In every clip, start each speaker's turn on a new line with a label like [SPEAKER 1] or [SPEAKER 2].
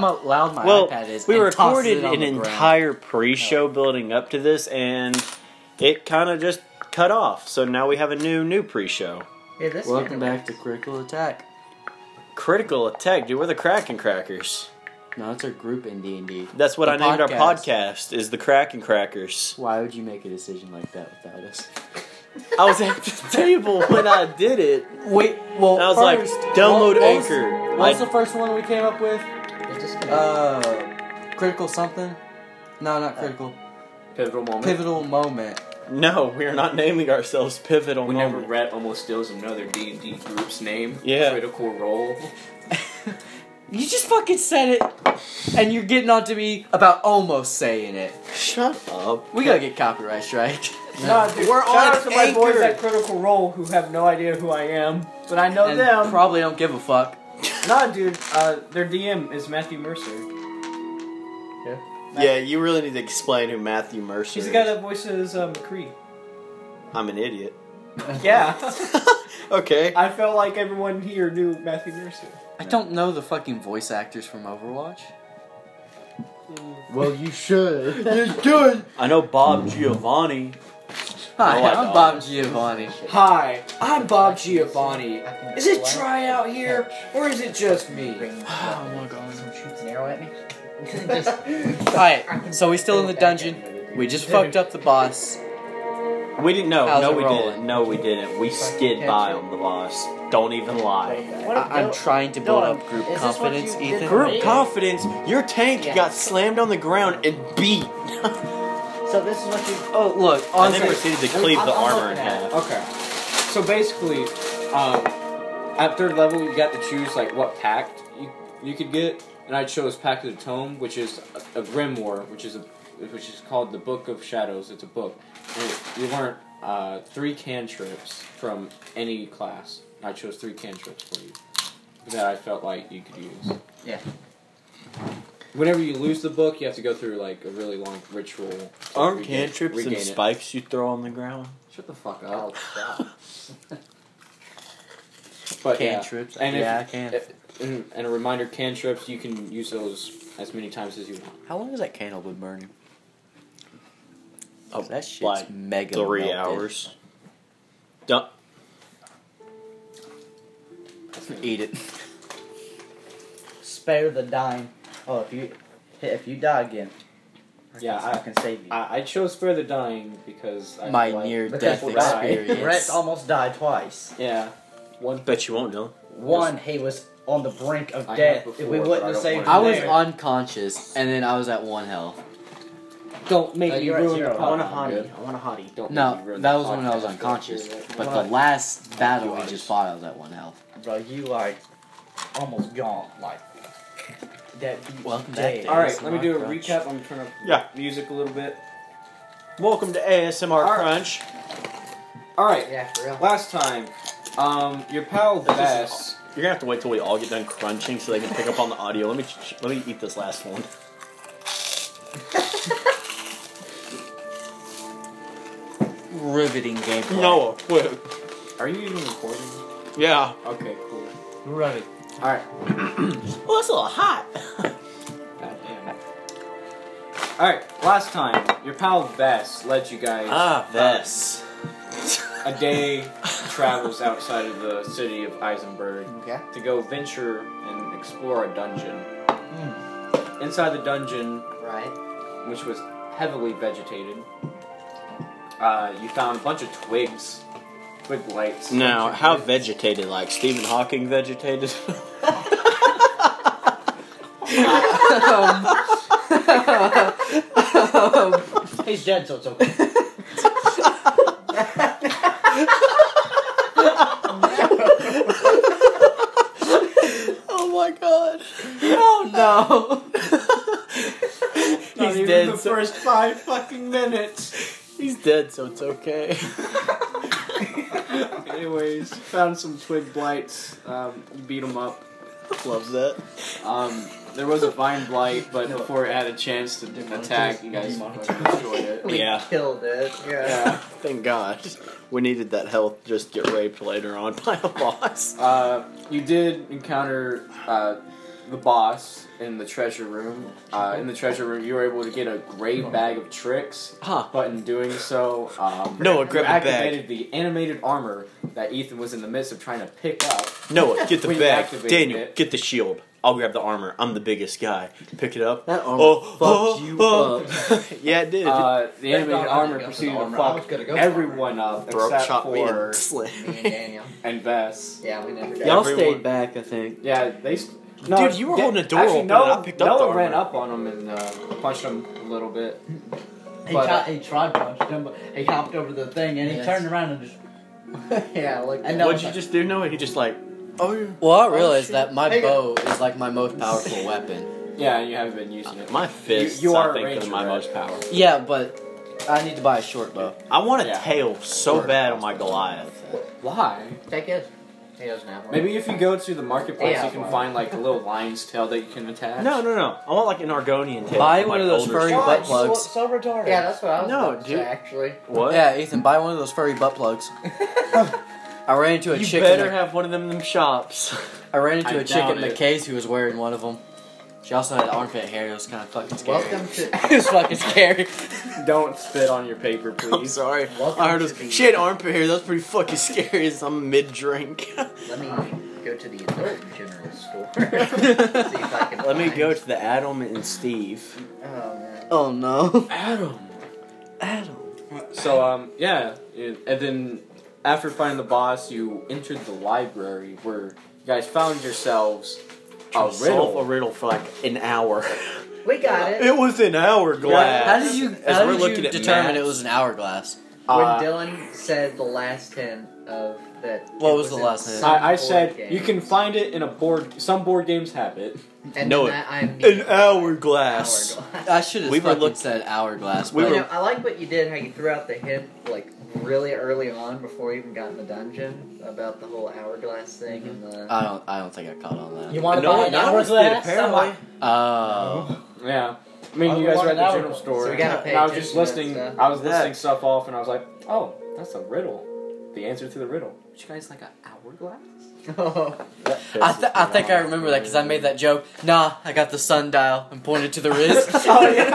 [SPEAKER 1] how loud my
[SPEAKER 2] well,
[SPEAKER 1] iPad is.
[SPEAKER 2] we
[SPEAKER 1] and tosses
[SPEAKER 2] recorded
[SPEAKER 1] it on
[SPEAKER 2] an
[SPEAKER 1] the ground.
[SPEAKER 2] entire pre-show building up to this, and it kind of just cut off. So now we have a new new pre-show.
[SPEAKER 3] Hey, this
[SPEAKER 1] Welcome
[SPEAKER 3] never
[SPEAKER 1] back to
[SPEAKER 3] works.
[SPEAKER 1] Critical Attack.
[SPEAKER 2] Critical Attack, dude. We're the Kraken Crackers.
[SPEAKER 1] No, it's a group in D and D.
[SPEAKER 2] That's what
[SPEAKER 1] The
[SPEAKER 2] I named our podcast. Is the Kraken Crackers?
[SPEAKER 1] Why would you make a decision like that without us?
[SPEAKER 2] I was at the table when I did it.
[SPEAKER 1] Wait, well,
[SPEAKER 2] And I was like,
[SPEAKER 1] first,
[SPEAKER 2] download
[SPEAKER 1] what, what was-
[SPEAKER 2] Anchor.
[SPEAKER 1] What was
[SPEAKER 2] I-
[SPEAKER 1] the first one we came up with?
[SPEAKER 3] It's just gonna-
[SPEAKER 1] Uh, critical something? No, not critical.
[SPEAKER 4] Pivotal moment.
[SPEAKER 1] Pivotal moment.
[SPEAKER 2] No, we are not naming ourselves Pivotal.
[SPEAKER 4] Whenever
[SPEAKER 2] Moment.
[SPEAKER 4] Rhett almost steals another D and D group's name,
[SPEAKER 2] Yeah.
[SPEAKER 4] critical role.
[SPEAKER 1] You just fucking said it, and you're getting on to me about almost saying it.
[SPEAKER 2] Shut up.
[SPEAKER 1] We gotta get copyright strike.
[SPEAKER 5] No, dude,
[SPEAKER 2] We're
[SPEAKER 5] shout
[SPEAKER 2] on
[SPEAKER 5] out to my
[SPEAKER 2] Anchor.
[SPEAKER 5] boys at Critical Role who have no idea who I am, but I know
[SPEAKER 1] and
[SPEAKER 5] them.
[SPEAKER 1] probably don't give a fuck.
[SPEAKER 5] nah, dude, uh, their DM is Matthew Mercer.
[SPEAKER 2] Yeah, you really need to explain who Matthew Mercer
[SPEAKER 5] He's
[SPEAKER 2] is.
[SPEAKER 5] the guy that voices uh, McCree.
[SPEAKER 2] I'm an idiot.
[SPEAKER 5] Yeah,
[SPEAKER 2] okay.
[SPEAKER 5] I felt like everyone here knew Matthew Mercer.
[SPEAKER 1] I don't know the fucking voice actors from Overwatch.
[SPEAKER 6] Well, you should.
[SPEAKER 2] I know Bob Giovanni.
[SPEAKER 1] Hi,
[SPEAKER 2] No, I
[SPEAKER 1] I'm
[SPEAKER 2] don't.
[SPEAKER 1] Bob Giovanni.
[SPEAKER 4] Hi, I'm Bob Giovanni.
[SPEAKER 3] I think
[SPEAKER 4] Is
[SPEAKER 3] it's
[SPEAKER 4] it
[SPEAKER 3] black.
[SPEAKER 4] dry out here, or is it just me?
[SPEAKER 3] Bring oh my god! Shoots an arrow at me.
[SPEAKER 1] Alright, so we still in the dungeon. We just fucked up the boss.
[SPEAKER 2] We didn't know.
[SPEAKER 1] How's
[SPEAKER 2] no,
[SPEAKER 1] it
[SPEAKER 2] we
[SPEAKER 1] rolling?
[SPEAKER 2] didn't. No, we didn't. We skid by on the boss. Don't even lie.
[SPEAKER 1] I- I'm trying to build up group
[SPEAKER 3] Is this what
[SPEAKER 1] confidence,
[SPEAKER 3] you did?
[SPEAKER 1] Ethan.
[SPEAKER 2] Group confidence. Your tank
[SPEAKER 3] Yeah.
[SPEAKER 2] got slammed on the ground and beat,
[SPEAKER 3] So this is what you.
[SPEAKER 1] Oh, look,
[SPEAKER 2] and then
[SPEAKER 1] honestly,
[SPEAKER 2] proceeded to cleave
[SPEAKER 3] I'm-
[SPEAKER 2] the
[SPEAKER 3] I'm
[SPEAKER 2] armor in
[SPEAKER 3] looking at it.
[SPEAKER 2] half.
[SPEAKER 4] Okay, so basically, um, at third level, you got to choose like what pact you you could get, and I chose Pact of the Tome, which is a, a grimoire, which is a which is called the Book of Shadows. It's a book, and it- you learn uh, three cantrips from any class. I chose three cantrips for you that I felt like you could use.
[SPEAKER 3] Yeah.
[SPEAKER 4] Whenever you lose the book, you have to go through like a really long ritual. to
[SPEAKER 2] Arm
[SPEAKER 4] regain-
[SPEAKER 2] cantrips and
[SPEAKER 4] regain it.
[SPEAKER 2] spikes you throw on the ground.
[SPEAKER 4] Shut the fuck up.
[SPEAKER 3] God.
[SPEAKER 4] But yeah.
[SPEAKER 1] cantrips.
[SPEAKER 4] And if-
[SPEAKER 1] yeah, I can.
[SPEAKER 4] And, and a reminder, cantrips, you can use those as many times as you want.
[SPEAKER 1] How long has that candle been burning?
[SPEAKER 2] Oh,
[SPEAKER 1] that shit's
[SPEAKER 2] like
[SPEAKER 1] mega.
[SPEAKER 2] Three
[SPEAKER 1] melted.
[SPEAKER 2] hours. Duh.
[SPEAKER 1] Eat it.
[SPEAKER 3] Spare the dime. Oh, if you if you die again. I
[SPEAKER 4] Yeah,
[SPEAKER 3] can, I,
[SPEAKER 4] I-
[SPEAKER 3] can save you.
[SPEAKER 4] I, I chose Further Dying because I
[SPEAKER 1] My
[SPEAKER 4] feel like-
[SPEAKER 1] near
[SPEAKER 3] But
[SPEAKER 1] death
[SPEAKER 3] that's what
[SPEAKER 4] I-
[SPEAKER 1] experience.
[SPEAKER 3] Brett almost died twice.
[SPEAKER 4] Yeah. One
[SPEAKER 2] Bet you won't, Dylan.
[SPEAKER 3] One, he was on the brink of
[SPEAKER 4] I have
[SPEAKER 3] death.
[SPEAKER 4] before,
[SPEAKER 3] if we
[SPEAKER 4] but
[SPEAKER 3] wouldn't
[SPEAKER 4] I
[SPEAKER 3] have
[SPEAKER 4] don't
[SPEAKER 3] saved
[SPEAKER 4] want
[SPEAKER 1] I
[SPEAKER 3] him
[SPEAKER 1] was
[SPEAKER 3] there.
[SPEAKER 1] unconscious, and then I was at one health.
[SPEAKER 5] Don't make
[SPEAKER 3] Uh,
[SPEAKER 5] me
[SPEAKER 3] you're at
[SPEAKER 5] ruin
[SPEAKER 3] zero.
[SPEAKER 5] the
[SPEAKER 3] I
[SPEAKER 5] pot.
[SPEAKER 4] hottie.
[SPEAKER 2] I want a hottie.
[SPEAKER 4] Don't
[SPEAKER 1] No,
[SPEAKER 4] make me ruin
[SPEAKER 1] that
[SPEAKER 4] the
[SPEAKER 1] was when I was
[SPEAKER 4] podcast.
[SPEAKER 1] unconscious. But
[SPEAKER 3] Why?
[SPEAKER 1] the last battle we
[SPEAKER 4] Why?
[SPEAKER 1] just fought, I was at one health.
[SPEAKER 3] Bro, you like almost gone. Like that. beat
[SPEAKER 1] Welcome
[SPEAKER 3] dead.
[SPEAKER 1] back to
[SPEAKER 5] All right,
[SPEAKER 1] It's
[SPEAKER 5] let me
[SPEAKER 1] my
[SPEAKER 5] do a
[SPEAKER 1] crunch.
[SPEAKER 5] recap. I'm gonna turn up
[SPEAKER 2] Yeah.
[SPEAKER 5] music a little bit.
[SPEAKER 2] Welcome to ASMR
[SPEAKER 4] Alright.
[SPEAKER 2] Crunch.
[SPEAKER 4] All right.
[SPEAKER 3] Yeah, for real.
[SPEAKER 4] Last time, um, your pal Vass.
[SPEAKER 2] You're gonna have to wait till we all get done crunching so they can pick up on the audio. Let me ch- ch- let me eat this last one.
[SPEAKER 1] Riveting gameplay.
[SPEAKER 2] quit.
[SPEAKER 4] Are you even recording?
[SPEAKER 2] Yeah.
[SPEAKER 4] Okay, cool.
[SPEAKER 3] Running.
[SPEAKER 4] All right.
[SPEAKER 2] Oh, that's a little hot.
[SPEAKER 4] God damn it. All right. Last time, your pal Vass led you guys.
[SPEAKER 2] ah, this.
[SPEAKER 4] a day travels outside of the city of Eisenberg
[SPEAKER 3] Okay.
[SPEAKER 4] to go venture and explore a dungeon. Inside the dungeon,
[SPEAKER 3] Right.
[SPEAKER 4] which was heavily vegetated, uh, you found a bunch of twigs with lights.
[SPEAKER 2] Now, how vegetated? Like Stephen Hawking vegetated?
[SPEAKER 3] He's dead, so it's okay.
[SPEAKER 1] Oh my god. Oh no.
[SPEAKER 5] Not
[SPEAKER 2] he's
[SPEAKER 5] even
[SPEAKER 2] dead.
[SPEAKER 5] The
[SPEAKER 2] So,
[SPEAKER 5] first five fucking minutes.
[SPEAKER 2] he's dead, so it's okay.
[SPEAKER 5] Anyways, found some twig blights. Um, beat them up.
[SPEAKER 2] Loves that.
[SPEAKER 4] Um, there was a vine blight, but before it had a chance to attack, you guys fucking destroyed it.
[SPEAKER 3] We
[SPEAKER 2] Yeah.
[SPEAKER 3] killed it. Yeah.
[SPEAKER 4] Yeah.
[SPEAKER 2] Thank God. We needed that health. to Just get raped later on by a boss.
[SPEAKER 4] Uh, you did encounter uh, the boss in the treasure room. Uh, in the treasure room, you were able to get a
[SPEAKER 3] Oh.
[SPEAKER 4] great bag of tricks,
[SPEAKER 2] Huh.
[SPEAKER 4] but in doing so, um,
[SPEAKER 2] Noah,
[SPEAKER 4] you
[SPEAKER 2] grab the bag.
[SPEAKER 4] activated the animated armor that Ethan was in the midst of trying to pick up.
[SPEAKER 2] Noah, get the
[SPEAKER 4] When you
[SPEAKER 2] bag.
[SPEAKER 4] activate
[SPEAKER 2] Daniel,
[SPEAKER 4] it.
[SPEAKER 2] get the shield. I'll grab the armor. I'm the biggest guy. Pick it up.
[SPEAKER 1] That armor
[SPEAKER 2] Oh,
[SPEAKER 1] fucked
[SPEAKER 2] oh,
[SPEAKER 1] you
[SPEAKER 2] oh. yeah, it did.
[SPEAKER 4] Uh, the
[SPEAKER 3] Yeah, no, I
[SPEAKER 4] animated
[SPEAKER 3] didn't
[SPEAKER 4] armor
[SPEAKER 3] go for
[SPEAKER 4] proceeded
[SPEAKER 3] the
[SPEAKER 4] to
[SPEAKER 3] armor. I was
[SPEAKER 4] fuck
[SPEAKER 3] gonna go for
[SPEAKER 4] everyone up
[SPEAKER 2] Bro
[SPEAKER 4] except
[SPEAKER 2] shot me
[SPEAKER 4] for
[SPEAKER 2] and slit.
[SPEAKER 3] Me and Daniel.
[SPEAKER 4] and Vess.
[SPEAKER 3] Yeah, we never got
[SPEAKER 1] Y'all
[SPEAKER 2] Everyone-
[SPEAKER 1] stayed back, I think.
[SPEAKER 4] Yeah, they. St- no,
[SPEAKER 2] Dude, you were
[SPEAKER 4] yeah,
[SPEAKER 2] holding a door
[SPEAKER 4] actually,
[SPEAKER 2] open
[SPEAKER 4] Noah,
[SPEAKER 2] and I picked up
[SPEAKER 4] Noah
[SPEAKER 2] the
[SPEAKER 4] ran
[SPEAKER 2] armor.
[SPEAKER 4] up on him and uh, punched him a little bit.
[SPEAKER 6] He,
[SPEAKER 4] But-
[SPEAKER 6] tried, he tried punching him, but he hopped over the thing and he
[SPEAKER 3] Yes.
[SPEAKER 6] turned around and just.
[SPEAKER 3] yeah, like
[SPEAKER 6] And no-
[SPEAKER 2] What'd you just do, Noah? He just like, oh, yeah.
[SPEAKER 1] Well, I
[SPEAKER 6] realized
[SPEAKER 1] realized that my
[SPEAKER 6] Hey,
[SPEAKER 1] bow is like my most powerful weapon.
[SPEAKER 4] Yeah, and you haven't been using it.
[SPEAKER 2] my fists.
[SPEAKER 4] you are
[SPEAKER 2] I
[SPEAKER 4] a
[SPEAKER 2] think are
[SPEAKER 4] ranger,
[SPEAKER 2] my
[SPEAKER 4] right?
[SPEAKER 2] most power.
[SPEAKER 1] Yeah, but I need to buy a short bow.
[SPEAKER 2] I want a
[SPEAKER 4] Yeah.
[SPEAKER 2] tail so bad on my Goliath.
[SPEAKER 4] Why?
[SPEAKER 3] take his. He doesn't have one.
[SPEAKER 4] Maybe if you go to the marketplace,
[SPEAKER 3] Yeah.
[SPEAKER 4] you can find like a little lion's tail that you can attach.
[SPEAKER 2] No, no, no. I want like an Argonian tail.
[SPEAKER 1] Buy
[SPEAKER 2] from,
[SPEAKER 1] one
[SPEAKER 2] like,
[SPEAKER 1] of those
[SPEAKER 2] older
[SPEAKER 1] furry
[SPEAKER 3] Oh,
[SPEAKER 2] stuff.
[SPEAKER 1] butt plugs.
[SPEAKER 5] so retarded.
[SPEAKER 3] Yeah, that's what I was
[SPEAKER 2] No,
[SPEAKER 3] about to
[SPEAKER 2] dude.
[SPEAKER 3] say, actually.
[SPEAKER 2] What?
[SPEAKER 1] Yeah, Ethan, buy one of those furry butt plugs. I ran into a
[SPEAKER 2] You
[SPEAKER 1] chick. In
[SPEAKER 2] better
[SPEAKER 1] the,
[SPEAKER 2] have one of them in them shops.
[SPEAKER 1] I ran into
[SPEAKER 4] I
[SPEAKER 1] a chick
[SPEAKER 4] doubt
[SPEAKER 1] at
[SPEAKER 4] it.
[SPEAKER 1] McKay's who was wearing one of them. She also had armpit hair. It was kind of fucking scary.
[SPEAKER 3] Welcome to
[SPEAKER 1] it was fucking scary.
[SPEAKER 4] Don't spit on your paper,
[SPEAKER 2] I'm
[SPEAKER 4] please.
[SPEAKER 2] sorry.
[SPEAKER 3] Welcome
[SPEAKER 2] I heard
[SPEAKER 3] to
[SPEAKER 2] it
[SPEAKER 3] the-
[SPEAKER 2] was, she had armpit hair. That was pretty fucking scary. As I'm mid drink.
[SPEAKER 3] let me go to the adult general store. See if I can
[SPEAKER 2] Let me
[SPEAKER 3] find-
[SPEAKER 2] go to the Adam and Steve.
[SPEAKER 3] Oh man.
[SPEAKER 1] Oh no,
[SPEAKER 4] Adam.
[SPEAKER 1] Adam.
[SPEAKER 4] So um yeah, it- and then after fighting the boss, you entered the library where you guys found yourselves a
[SPEAKER 2] Trying to solve
[SPEAKER 4] riddle.
[SPEAKER 2] a riddle for like an hour.
[SPEAKER 3] We got it.
[SPEAKER 2] it was an hourglass.
[SPEAKER 1] How did you?
[SPEAKER 2] As
[SPEAKER 1] How
[SPEAKER 2] we're
[SPEAKER 1] did you
[SPEAKER 2] looking at
[SPEAKER 1] determine
[SPEAKER 2] maps-
[SPEAKER 1] it was an hourglass?
[SPEAKER 4] Uh,
[SPEAKER 3] when Dylan said the last hint of that.
[SPEAKER 1] What
[SPEAKER 3] it
[SPEAKER 1] was the
[SPEAKER 3] in
[SPEAKER 1] last hint?
[SPEAKER 3] some
[SPEAKER 4] I, I
[SPEAKER 3] board
[SPEAKER 4] said
[SPEAKER 3] game,
[SPEAKER 4] you can find it in a board. Some board games have it.
[SPEAKER 3] And
[SPEAKER 2] No,
[SPEAKER 3] then that I
[SPEAKER 2] An
[SPEAKER 3] knew.
[SPEAKER 2] hourglass.
[SPEAKER 3] Hourglass.
[SPEAKER 1] I should have
[SPEAKER 2] We were
[SPEAKER 1] fucking
[SPEAKER 2] look-
[SPEAKER 1] said hourglass.
[SPEAKER 2] We
[SPEAKER 1] but-
[SPEAKER 3] You
[SPEAKER 2] were-
[SPEAKER 3] know, I like what you did. How you threw out the hint like really early on before you even got in the dungeon about the whole hourglass thing and the.
[SPEAKER 1] I don't. I don't think I caught on that.
[SPEAKER 6] You want to
[SPEAKER 2] No,
[SPEAKER 6] buy an
[SPEAKER 2] none of us did,
[SPEAKER 6] hourglass?
[SPEAKER 2] apparently.
[SPEAKER 1] Oh,
[SPEAKER 4] Yeah. I
[SPEAKER 3] Oh,
[SPEAKER 4] mean,
[SPEAKER 6] Why
[SPEAKER 4] you
[SPEAKER 6] would
[SPEAKER 4] guys
[SPEAKER 6] one
[SPEAKER 4] were at
[SPEAKER 6] an
[SPEAKER 4] the
[SPEAKER 6] hour?
[SPEAKER 4] general store.
[SPEAKER 3] So we gotta
[SPEAKER 4] and
[SPEAKER 3] pay
[SPEAKER 4] I was just
[SPEAKER 3] attention to
[SPEAKER 4] listening.
[SPEAKER 3] that stuff.
[SPEAKER 4] I was listening
[SPEAKER 2] That-
[SPEAKER 4] stuff off, and I was like, "Oh, that's a riddle. The answer to the riddle." Would you guys like an hourglass?
[SPEAKER 1] I, th- I think I remember that because I made that joke. Nah, I got the sundial and pointed to the wrist.
[SPEAKER 4] oh yeah.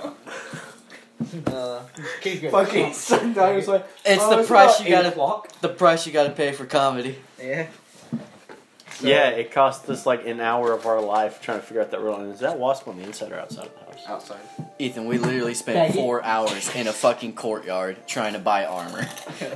[SPEAKER 3] Well, uh,
[SPEAKER 6] Keep going.
[SPEAKER 4] Fucking Sunday. I was like,
[SPEAKER 1] It's
[SPEAKER 4] "Oh,
[SPEAKER 1] the price
[SPEAKER 4] about
[SPEAKER 1] you gotta.
[SPEAKER 4] eight o'clock."
[SPEAKER 1] The price you gotta pay for comedy.
[SPEAKER 3] yeah. So-
[SPEAKER 2] Yeah, it cost us like an hour of our life trying to figure out that riddle. And is that wasp on the inside or outside of the house?
[SPEAKER 4] Outside.
[SPEAKER 1] Ethan, we literally spent
[SPEAKER 6] Maggie.
[SPEAKER 1] four hours in a fucking courtyard trying to buy armor.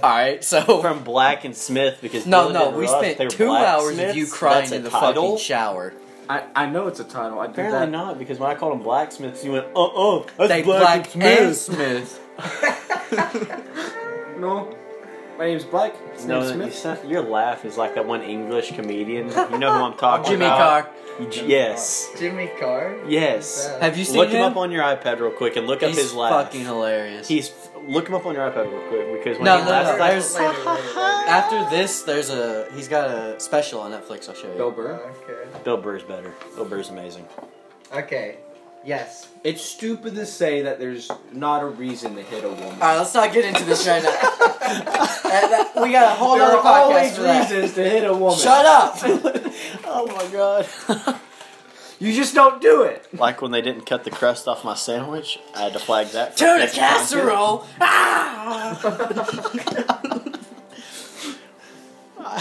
[SPEAKER 1] All right, so
[SPEAKER 2] Oh, From Black and Smith because
[SPEAKER 1] no,
[SPEAKER 2] Dylan
[SPEAKER 1] no,
[SPEAKER 2] didn't
[SPEAKER 1] we
[SPEAKER 2] realize they
[SPEAKER 1] spent
[SPEAKER 2] were
[SPEAKER 1] two hours of
[SPEAKER 2] blacksmiths.
[SPEAKER 1] you crying
[SPEAKER 2] That's a
[SPEAKER 1] in the
[SPEAKER 2] title?
[SPEAKER 1] fucking shower.
[SPEAKER 4] I, I know it's a title. I did
[SPEAKER 2] Apparently
[SPEAKER 4] that.
[SPEAKER 2] not because when I called them blacksmiths, you went, uh uh that's
[SPEAKER 1] they
[SPEAKER 2] Black,
[SPEAKER 1] black
[SPEAKER 2] and Smith.
[SPEAKER 1] and Smith.
[SPEAKER 4] No. My name's Black. It's
[SPEAKER 2] No,
[SPEAKER 4] named
[SPEAKER 2] that- you
[SPEAKER 4] Smith.
[SPEAKER 2] sound- your laugh is like that one English comedian. You know who I'm talking
[SPEAKER 1] Jimmy
[SPEAKER 2] about?
[SPEAKER 1] Carr.
[SPEAKER 2] J- Yes,
[SPEAKER 3] Jimmy Carr.
[SPEAKER 2] yes.
[SPEAKER 1] Have you seen
[SPEAKER 2] Look him
[SPEAKER 1] him?
[SPEAKER 2] up on your iPad real quick and look up
[SPEAKER 1] He's
[SPEAKER 2] his laugh.
[SPEAKER 1] fucking hilarious.
[SPEAKER 2] He's look him up on your iPad real quick because when
[SPEAKER 1] No,
[SPEAKER 2] he
[SPEAKER 1] no, no,
[SPEAKER 2] laughs, like,
[SPEAKER 1] there's- After this, there's a he's got a special on Netflix. I'll show you.
[SPEAKER 4] Bill Burr.
[SPEAKER 3] Okay.
[SPEAKER 2] Bill Burr's better. Bill Burr's amazing.
[SPEAKER 3] Okay. Yes.
[SPEAKER 4] It's stupid to say that there's not a reason to hit a woman.
[SPEAKER 1] All right, let's not get into this right now. That- that- we got a whole
[SPEAKER 4] there
[SPEAKER 1] other
[SPEAKER 4] are
[SPEAKER 1] podcast
[SPEAKER 4] always
[SPEAKER 1] for that.
[SPEAKER 4] reasons to hit a woman.
[SPEAKER 1] Shut up!
[SPEAKER 2] oh my god.
[SPEAKER 4] You just don't do it.
[SPEAKER 2] like when they didn't cut the crust off my sandwich, I had to flag that. for
[SPEAKER 1] Tuna
[SPEAKER 2] offensive content.
[SPEAKER 1] casserole. Ah!
[SPEAKER 2] My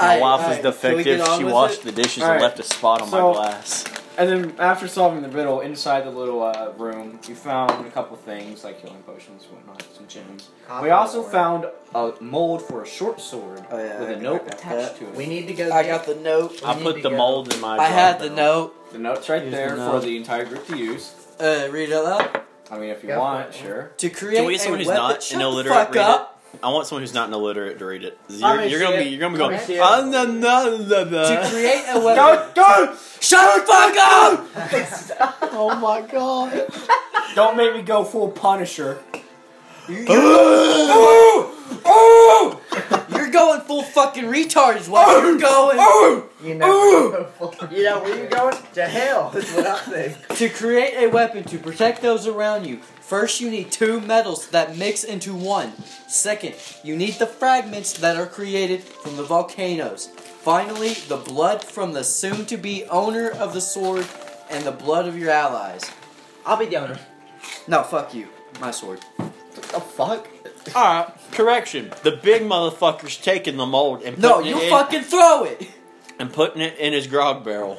[SPEAKER 1] Alright,
[SPEAKER 2] wife
[SPEAKER 1] alright,
[SPEAKER 2] was
[SPEAKER 1] shall we get
[SPEAKER 2] defective.
[SPEAKER 1] on
[SPEAKER 2] She
[SPEAKER 1] with
[SPEAKER 2] washed
[SPEAKER 1] it?
[SPEAKER 2] the dishes
[SPEAKER 4] Alright.
[SPEAKER 2] and left a spot on
[SPEAKER 4] So-
[SPEAKER 2] my glass.
[SPEAKER 4] And then after solving the riddle inside the little uh, room, you found a couple things like healing potions, whatnot, some gems. We also found a mold for a short sword
[SPEAKER 1] Oh, yeah,
[SPEAKER 4] with
[SPEAKER 1] I
[SPEAKER 4] a note
[SPEAKER 1] got
[SPEAKER 4] attached to it.
[SPEAKER 3] We need to go.
[SPEAKER 1] I
[SPEAKER 3] get-
[SPEAKER 1] got the note.
[SPEAKER 3] We
[SPEAKER 2] I
[SPEAKER 3] need to
[SPEAKER 2] put the
[SPEAKER 3] go-
[SPEAKER 2] mold in my.
[SPEAKER 1] I had the
[SPEAKER 2] drawbar.
[SPEAKER 1] note.
[SPEAKER 4] the note's right
[SPEAKER 1] Here's
[SPEAKER 4] there
[SPEAKER 1] the
[SPEAKER 4] for
[SPEAKER 1] note.
[SPEAKER 4] the entire group to use.
[SPEAKER 1] Uh, read it out.
[SPEAKER 4] I mean, if you
[SPEAKER 3] Go for
[SPEAKER 4] want,
[SPEAKER 3] it.
[SPEAKER 4] sure.
[SPEAKER 1] To create
[SPEAKER 2] Can we get someone
[SPEAKER 1] a
[SPEAKER 2] who's
[SPEAKER 1] weapon.
[SPEAKER 2] not
[SPEAKER 1] Shut
[SPEAKER 2] an
[SPEAKER 1] the
[SPEAKER 2] illiterate
[SPEAKER 1] fuck
[SPEAKER 2] read
[SPEAKER 1] up.
[SPEAKER 2] I want someone who's not an illiterate to read it. You're,
[SPEAKER 1] Alright,
[SPEAKER 2] you're gonna
[SPEAKER 1] see
[SPEAKER 2] be
[SPEAKER 1] it.
[SPEAKER 2] you're gonna be
[SPEAKER 1] Alright,
[SPEAKER 2] going.
[SPEAKER 1] see it.
[SPEAKER 2] "Ah, na, na, na,
[SPEAKER 1] To
[SPEAKER 2] na."
[SPEAKER 1] create a weapon.
[SPEAKER 4] go!
[SPEAKER 1] Shut the fuck up!
[SPEAKER 2] Oh my god!
[SPEAKER 4] Don't make me go full Punisher.
[SPEAKER 1] You're You're going full fucking retard is what you're going.
[SPEAKER 3] You know, you know where you going? To hell is what I think.
[SPEAKER 1] to create a weapon to protect those around you, first you need two metals that mix into one. Second, you need the fragments that are created from the volcanoes. Finally, the blood from the soon to be owner of the sword and the blood of your allies.
[SPEAKER 6] I'll be the owner.
[SPEAKER 1] No, fuck you. My sword.
[SPEAKER 3] The fuck?
[SPEAKER 2] Alright, correction. The big motherfucker's taking the mold and
[SPEAKER 1] No,
[SPEAKER 2] putting
[SPEAKER 1] you
[SPEAKER 2] it in-
[SPEAKER 1] fucking throw it!
[SPEAKER 2] and putting it in his grog barrel.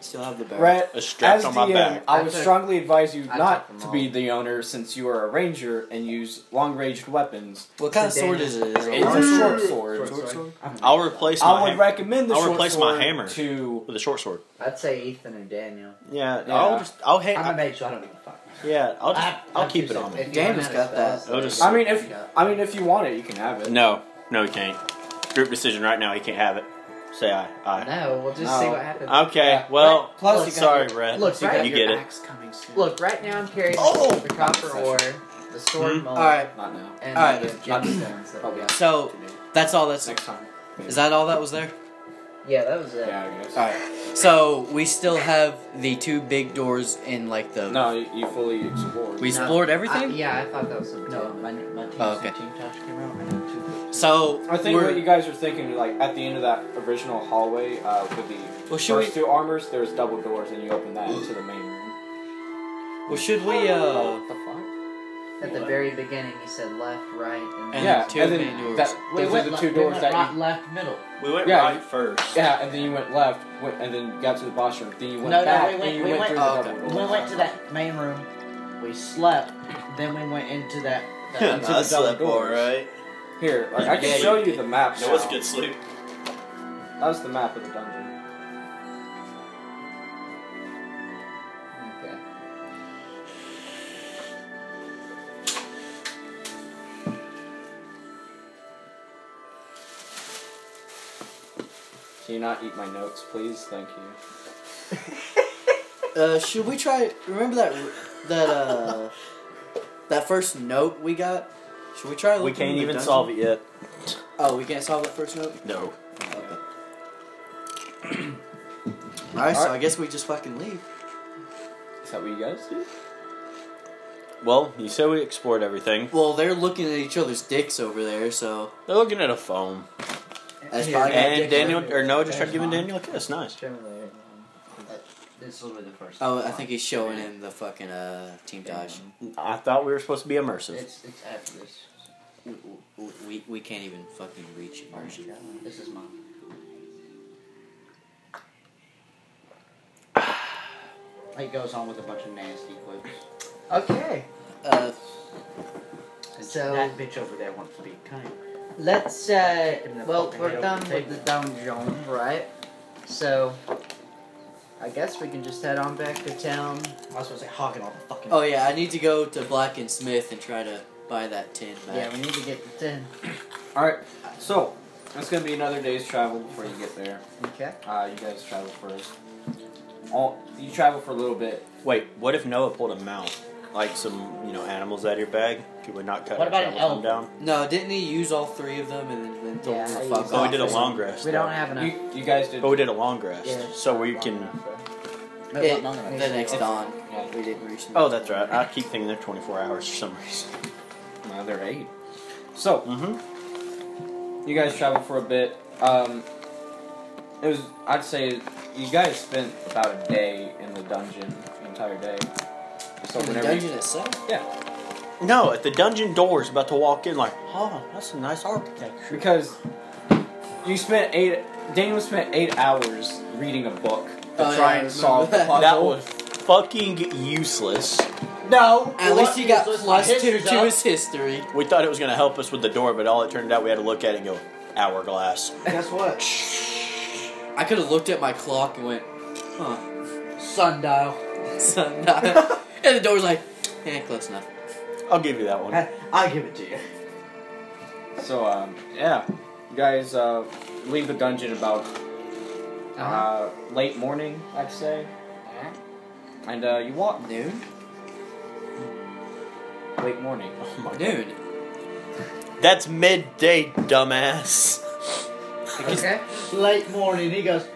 [SPEAKER 1] Still have the barrel.
[SPEAKER 4] Brett,
[SPEAKER 2] It's strapped
[SPEAKER 4] as
[SPEAKER 2] on my
[SPEAKER 4] DM,
[SPEAKER 2] back.
[SPEAKER 4] I
[SPEAKER 3] I
[SPEAKER 4] would
[SPEAKER 3] took-
[SPEAKER 4] strongly advise you
[SPEAKER 3] I
[SPEAKER 4] not
[SPEAKER 3] took
[SPEAKER 4] to
[SPEAKER 3] them
[SPEAKER 4] be
[SPEAKER 3] all.
[SPEAKER 4] the owner since you are a ranger and use long-range weapons.
[SPEAKER 1] What kind of
[SPEAKER 3] It's a
[SPEAKER 1] sword
[SPEAKER 3] Danish-
[SPEAKER 1] is it? Is it
[SPEAKER 4] It's
[SPEAKER 1] long
[SPEAKER 4] a
[SPEAKER 1] sword?
[SPEAKER 4] short sword.
[SPEAKER 1] Short sword?
[SPEAKER 2] I'll replace my
[SPEAKER 4] I would
[SPEAKER 2] hammer
[SPEAKER 4] recommend the
[SPEAKER 2] I'll
[SPEAKER 4] short
[SPEAKER 2] replace my
[SPEAKER 4] sword
[SPEAKER 2] hammer.
[SPEAKER 4] to
[SPEAKER 2] with a short sword.
[SPEAKER 3] I'd say Ethan or Daniel.
[SPEAKER 2] Yeah,
[SPEAKER 4] Yeah.
[SPEAKER 2] I'll just I'll ha-
[SPEAKER 6] I'm a mage, so I don't give a fuck.
[SPEAKER 2] yeah, I'll just
[SPEAKER 6] I-
[SPEAKER 2] I'll
[SPEAKER 6] I'm
[SPEAKER 2] keep
[SPEAKER 6] too
[SPEAKER 2] it on me.
[SPEAKER 6] sensitive.
[SPEAKER 1] Daniel's got that.
[SPEAKER 2] I'll just-
[SPEAKER 4] I mean if I mean if you want it, you can have it.
[SPEAKER 2] No, no, he can't. Group decision right now. He can't have it. Say aye, aye.
[SPEAKER 3] No, we'll just see
[SPEAKER 4] No.
[SPEAKER 3] what happens.
[SPEAKER 2] Okay,
[SPEAKER 4] Yeah.
[SPEAKER 2] well,
[SPEAKER 1] Plus
[SPEAKER 3] you got-
[SPEAKER 2] sorry, Brett.
[SPEAKER 3] Look,
[SPEAKER 2] you,
[SPEAKER 3] right-
[SPEAKER 2] get it.
[SPEAKER 5] Axe coming soon.
[SPEAKER 3] Look, right now I'm carrying
[SPEAKER 2] Oh!
[SPEAKER 3] the copper
[SPEAKER 4] Session.
[SPEAKER 3] ore, the sword
[SPEAKER 4] Hmm?
[SPEAKER 2] Mhm.
[SPEAKER 3] mold,
[SPEAKER 1] Alright,
[SPEAKER 4] Not now.
[SPEAKER 3] and
[SPEAKER 1] alright,
[SPEAKER 3] the
[SPEAKER 4] not-
[SPEAKER 3] gemstones. that we
[SPEAKER 4] Probably
[SPEAKER 3] got.
[SPEAKER 1] so that's all that's.
[SPEAKER 4] next time.
[SPEAKER 1] Is that all that was there?
[SPEAKER 3] Yeah, that was it.
[SPEAKER 4] Yeah, I guess.
[SPEAKER 1] Alright. So we still have the two big doors in like the.
[SPEAKER 4] No, you, you fully explored.
[SPEAKER 1] We
[SPEAKER 3] No.
[SPEAKER 1] explored
[SPEAKER 3] I,
[SPEAKER 1] everything?
[SPEAKER 3] yeah, I thought that was something.
[SPEAKER 6] No, my, my team's
[SPEAKER 1] Oh, okay.
[SPEAKER 6] team task came out. I know two.
[SPEAKER 1] So
[SPEAKER 4] I think
[SPEAKER 1] we're-
[SPEAKER 4] what you guys are thinking, like at the end of that original hallway uh, with the
[SPEAKER 1] Well, should
[SPEAKER 4] first
[SPEAKER 1] we-
[SPEAKER 4] two armors, there's double doors, and you open that into the main room.
[SPEAKER 1] well, should we uh
[SPEAKER 4] What the fuck?
[SPEAKER 3] At the very beginning, he said left, right, and
[SPEAKER 1] And
[SPEAKER 4] yeah,
[SPEAKER 1] two
[SPEAKER 4] and
[SPEAKER 1] main doors.
[SPEAKER 4] then that,
[SPEAKER 6] We
[SPEAKER 4] those
[SPEAKER 6] went
[SPEAKER 4] are the
[SPEAKER 6] le-
[SPEAKER 4] two
[SPEAKER 6] we
[SPEAKER 4] doors
[SPEAKER 6] went
[SPEAKER 4] that
[SPEAKER 6] right,
[SPEAKER 4] you,
[SPEAKER 6] left, middle.
[SPEAKER 2] We went
[SPEAKER 4] Yeah.
[SPEAKER 2] right first.
[SPEAKER 4] yeah, and then you went left, went, and then you got to the boss room, then you went
[SPEAKER 6] No, no,
[SPEAKER 4] back,
[SPEAKER 6] we
[SPEAKER 4] and
[SPEAKER 6] went-
[SPEAKER 4] you
[SPEAKER 6] we
[SPEAKER 4] went,
[SPEAKER 6] went-
[SPEAKER 1] oh,
[SPEAKER 4] through the
[SPEAKER 1] okay.
[SPEAKER 4] double
[SPEAKER 6] We
[SPEAKER 4] door.
[SPEAKER 6] went to that main room. We slept. Then we went into that. that
[SPEAKER 4] Into the double doors. Here, like, I can
[SPEAKER 2] Yeah,
[SPEAKER 4] show
[SPEAKER 2] you
[SPEAKER 4] you the map.
[SPEAKER 2] That
[SPEAKER 4] now.
[SPEAKER 2] was good sleep.
[SPEAKER 4] That was the map of the dungeon. Can you not eat my notes, please? Thank you.
[SPEAKER 1] uh, should we try? Remember that that uh that first note we got? Should we try? looking
[SPEAKER 2] We
[SPEAKER 1] in
[SPEAKER 2] can't
[SPEAKER 1] the
[SPEAKER 2] even
[SPEAKER 1] dungeon?
[SPEAKER 2] solve it yet.
[SPEAKER 1] Oh, we can't solve that first note.
[SPEAKER 2] No.
[SPEAKER 1] Okay. All right, so
[SPEAKER 4] Alright.
[SPEAKER 1] I guess we just fucking leave.
[SPEAKER 4] Is that what you guys do?
[SPEAKER 2] Well, you said we explored everything.
[SPEAKER 1] Well, they're looking at each other's dicks over there, so
[SPEAKER 2] They're looking at a phone.
[SPEAKER 1] that's
[SPEAKER 3] Yeah.
[SPEAKER 1] probably
[SPEAKER 3] got
[SPEAKER 2] And
[SPEAKER 3] dick
[SPEAKER 2] Daniel,
[SPEAKER 3] over
[SPEAKER 2] or Noah just
[SPEAKER 3] There's
[SPEAKER 2] tried giving
[SPEAKER 3] mine.
[SPEAKER 2] Daniel a kiss. Nice.
[SPEAKER 3] Generally,
[SPEAKER 6] This will be the first.
[SPEAKER 1] Oh, I think he's showing him the fucking uh, team dodge.
[SPEAKER 2] I thought we were supposed to be immersive.
[SPEAKER 6] It's it's after this.
[SPEAKER 1] We, we, we can't even fucking reach immersion.
[SPEAKER 6] This is mine. It goes on with a bunch of nasty quotes.
[SPEAKER 3] Okay,
[SPEAKER 1] Uh,
[SPEAKER 3] So-
[SPEAKER 6] that bitch over there wants to be kind.
[SPEAKER 3] let's. uh... Well, we're done with the dungeon, right? So, I guess we can just head on back to town.
[SPEAKER 6] I was gonna say hogging all the fucking.
[SPEAKER 1] oh yeah, I need to go to Black and Smith and try to buy that tin back.
[SPEAKER 3] Yeah, we need to get the tin.
[SPEAKER 4] Alright, so, that's gonna be another day's travel before you get there.
[SPEAKER 3] Okay.
[SPEAKER 4] Uh, you guys travel first. All, you travel for a little bit.
[SPEAKER 2] Wait, what if Noah pulled a mount? Like some, you know, animals out of your bag? You would not cut
[SPEAKER 6] What
[SPEAKER 2] our
[SPEAKER 6] about an
[SPEAKER 2] travel time
[SPEAKER 6] elephant?
[SPEAKER 2] down.
[SPEAKER 1] No, didn't he use all three of them and then throw
[SPEAKER 3] Yeah,
[SPEAKER 1] them
[SPEAKER 3] I
[SPEAKER 1] the fuck
[SPEAKER 3] used
[SPEAKER 2] Oh, we
[SPEAKER 1] off
[SPEAKER 2] did a
[SPEAKER 1] or
[SPEAKER 2] long rest.
[SPEAKER 3] We don't
[SPEAKER 2] though.
[SPEAKER 3] have enough.
[SPEAKER 4] You, you guys did.
[SPEAKER 1] Oh.
[SPEAKER 2] But we did a long rest.
[SPEAKER 3] Yeah.
[SPEAKER 2] so we can.
[SPEAKER 1] something? It- the next dawn, we didn't reach. the
[SPEAKER 2] Oh,
[SPEAKER 1] next
[SPEAKER 2] that's right. I keep thinking they're 24 hours for some reason.
[SPEAKER 4] No, they're eight. So,
[SPEAKER 2] Mm
[SPEAKER 4] You guys traveled for a bit. Um, it was, I'd say, you guys spent about a day in the dungeon, the entire day. So
[SPEAKER 1] dawn. In the
[SPEAKER 4] whenever, you,
[SPEAKER 1] dungeon itself.
[SPEAKER 2] hmm. No, at the dungeon door's about to walk in, like, oh, that's a nice architecture.
[SPEAKER 4] because you spent eight, Daniel spent eight hours reading a book to
[SPEAKER 1] Oh, yeah, I
[SPEAKER 4] try
[SPEAKER 1] remember
[SPEAKER 4] and solve the
[SPEAKER 1] that.
[SPEAKER 4] puzzle.
[SPEAKER 2] That was fucking useless.
[SPEAKER 6] No.
[SPEAKER 1] At least he got plus two
[SPEAKER 6] history's
[SPEAKER 1] to
[SPEAKER 6] up.
[SPEAKER 1] his history.
[SPEAKER 2] We thought it was going to help us with the door, but all it turned out we had to look at it and go, hourglass.
[SPEAKER 6] Guess what?
[SPEAKER 1] I could have looked at my clock and went, huh,
[SPEAKER 6] Sundial.
[SPEAKER 1] sundial. and the door was like, eh, close enough.
[SPEAKER 2] I'll give you that one.
[SPEAKER 6] I'll give it to you.
[SPEAKER 4] so um, yeah, you guys uh, leave the dungeon about uh, late morning, I'd say, and uh, you walk
[SPEAKER 1] Noon?
[SPEAKER 4] late morning.
[SPEAKER 2] Oh my God.
[SPEAKER 1] Noon.
[SPEAKER 2] That's midday, dumbass.
[SPEAKER 7] Okay.
[SPEAKER 3] Late morning, he goes,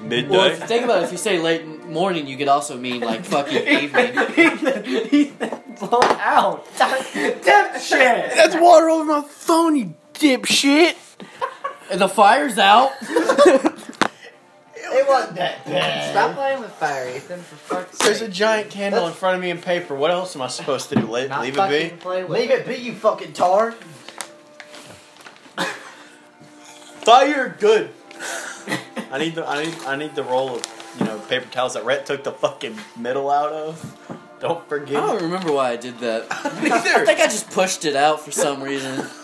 [SPEAKER 2] Midday.
[SPEAKER 1] Well, if you think about it, if you say late m- morning, you could also mean like fucking evening.
[SPEAKER 7] Blow out. Dipshit.
[SPEAKER 2] That's water over my phone, you dipshit.
[SPEAKER 1] And the fire's out.
[SPEAKER 3] it wasn't that bad.
[SPEAKER 7] Stop playing with fire, Ethan. For fuck's sake.
[SPEAKER 2] There's a giant candle in front of me and paper. What else am I supposed to do? Let,
[SPEAKER 7] Not
[SPEAKER 2] leave
[SPEAKER 7] fucking
[SPEAKER 2] it be?
[SPEAKER 7] Play with
[SPEAKER 3] Leave it be, you fucking tar.
[SPEAKER 2] Thought you were good. I need the I need I need the roll of you know paper towels that Rhett took the fucking middle out of. Don't
[SPEAKER 1] I
[SPEAKER 2] forget.
[SPEAKER 3] Oh.
[SPEAKER 1] don't remember why I did that. I think I just pushed it out for some reason.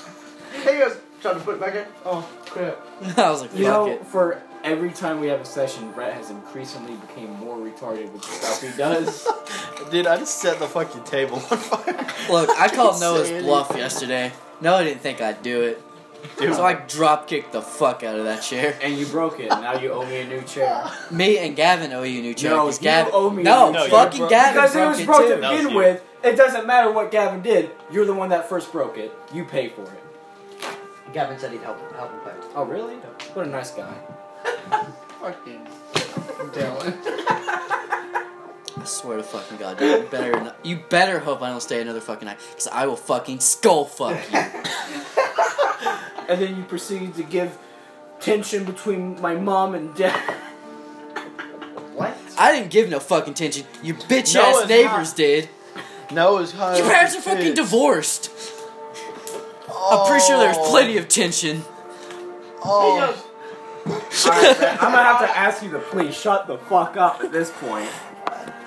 [SPEAKER 3] He goes, trying to put it back in. Oh, crap.
[SPEAKER 1] I was like, fuck
[SPEAKER 4] You know,
[SPEAKER 1] it.
[SPEAKER 4] for every time we have a session, Brett has increasingly became more retarded with the stuff he does.
[SPEAKER 2] Dude, I just set the fucking table on fire.
[SPEAKER 1] Look, I called
[SPEAKER 2] Say
[SPEAKER 1] Noah's
[SPEAKER 2] it.
[SPEAKER 1] bluff yesterday. Noah didn't think I'd do it.
[SPEAKER 2] Dude,
[SPEAKER 1] So I drop kicked the fuck out of that chair.
[SPEAKER 4] and you broke it. Now you owe me a new chair.
[SPEAKER 1] Me and Gavin owe you a new chair.
[SPEAKER 4] No,
[SPEAKER 1] 'cause
[SPEAKER 4] you
[SPEAKER 1] Gavin,
[SPEAKER 4] owe me a
[SPEAKER 1] no,
[SPEAKER 4] new
[SPEAKER 2] chair,
[SPEAKER 1] fucking
[SPEAKER 2] bro.
[SPEAKER 1] Gavin
[SPEAKER 4] Because it was
[SPEAKER 1] broke
[SPEAKER 4] broke to
[SPEAKER 1] too.
[SPEAKER 2] That was
[SPEAKER 4] begin
[SPEAKER 2] you.
[SPEAKER 4] with. It doesn't matter what Gavin did. You're the one that first broke it. You pay for it.
[SPEAKER 7] Gavin said he'd help him. Help him play.
[SPEAKER 4] Oh, really? What a nice guy.
[SPEAKER 3] Fucking Dylan.
[SPEAKER 1] I swear to fucking God, dude, you better not- you better hope I don't stay another fucking night, cause I will fucking skull fuck you.
[SPEAKER 4] And then you proceeded to give tension between my mom and dad.
[SPEAKER 7] What?
[SPEAKER 1] I didn't give no fucking attention. Your bitch
[SPEAKER 2] No,
[SPEAKER 1] ass
[SPEAKER 2] it's
[SPEAKER 1] neighbors did.
[SPEAKER 2] Noah's high.
[SPEAKER 1] Your
[SPEAKER 2] off
[SPEAKER 1] parents are
[SPEAKER 2] his
[SPEAKER 1] fucking
[SPEAKER 2] tits.
[SPEAKER 1] divorced. I'm pretty sure there's
[SPEAKER 2] Oh.
[SPEAKER 1] plenty of tension.
[SPEAKER 3] He
[SPEAKER 2] Oh.
[SPEAKER 3] goes,
[SPEAKER 4] Alright, Brett, I'm gonna have to ask you to please shut the fuck up at this point.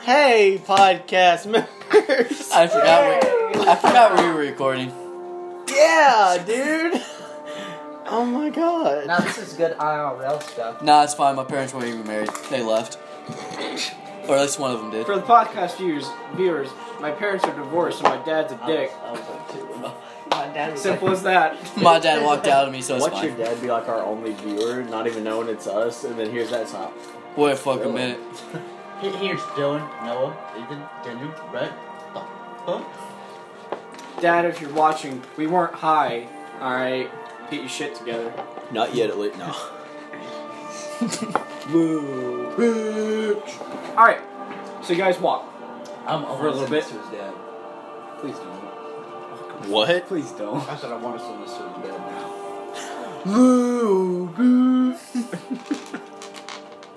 [SPEAKER 2] Hey, podcast members.
[SPEAKER 1] I forgot we, I forgot we were recording.
[SPEAKER 2] yeah, dude. Oh my god.
[SPEAKER 7] Now this is good IRL stuff.
[SPEAKER 1] Nah, it's fine. My parents weren't even married. They left, or at least one of them did.
[SPEAKER 4] For the podcast viewers, viewers, my parents are divorced and my dad's a dick.
[SPEAKER 3] I was like, two. My dad was
[SPEAKER 4] Simple as that.
[SPEAKER 1] My dad walked out on me, so it's
[SPEAKER 8] Watch your
[SPEAKER 1] fine.
[SPEAKER 8] dad be like our only viewer, not even knowing it's us, and then here's that top.
[SPEAKER 1] Wait a fucking minute.
[SPEAKER 3] like, "He- here's Dylan, Noah, Ethan, Daniel, Brett. The fuck?
[SPEAKER 4] Dad, if you're watching, we weren't high. Alright, get your shit together.
[SPEAKER 2] Not yet, at least. No.
[SPEAKER 4] Alright, so you guys walk.
[SPEAKER 3] I'm
[SPEAKER 4] For a little bit.
[SPEAKER 3] to his dad.
[SPEAKER 4] Please don't.
[SPEAKER 2] What?
[SPEAKER 4] Please don't.
[SPEAKER 3] I said I want to send this to his dad now.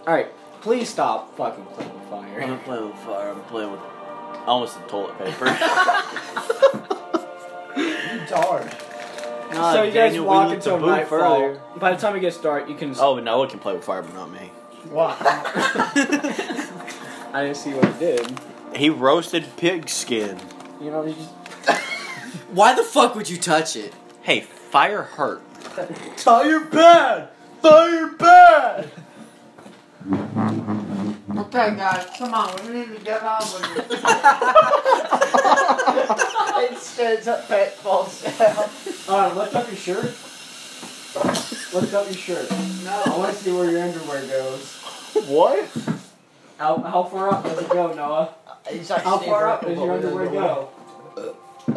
[SPEAKER 4] Alright, please stop fucking playing with
[SPEAKER 2] I'm
[SPEAKER 4] fire.
[SPEAKER 2] not playing with fire. I'm playing with almost the toilet paper.
[SPEAKER 3] You darn.
[SPEAKER 4] so you guys
[SPEAKER 2] Daniel, we
[SPEAKER 4] walk
[SPEAKER 2] need to
[SPEAKER 4] until
[SPEAKER 2] move
[SPEAKER 4] nightfall.
[SPEAKER 2] further.
[SPEAKER 4] By the time it gets dark, you can.
[SPEAKER 2] oh, Noah can play with fire, but not me.
[SPEAKER 3] Wow.
[SPEAKER 4] I didn't see what it did.
[SPEAKER 2] He roasted pig skin.
[SPEAKER 4] You know, you just
[SPEAKER 1] Why the fuck would you touch it?
[SPEAKER 2] Hey, fire hurt.
[SPEAKER 3] Fire bad! Fire bad!
[SPEAKER 7] Okay, guys, come on. We need to get on with it.
[SPEAKER 3] It stands up, Brett falls down.
[SPEAKER 4] Alright, lift up your shirt. lift up your shirt. No. I want to see where your underwear goes.
[SPEAKER 2] What?
[SPEAKER 4] How, how far up does it go, Noah?
[SPEAKER 3] He's like,
[SPEAKER 4] How
[SPEAKER 3] "Stay
[SPEAKER 4] far
[SPEAKER 3] right
[SPEAKER 4] up does
[SPEAKER 3] over
[SPEAKER 4] your
[SPEAKER 3] there,
[SPEAKER 4] underwear
[SPEAKER 3] Dylan."
[SPEAKER 4] go?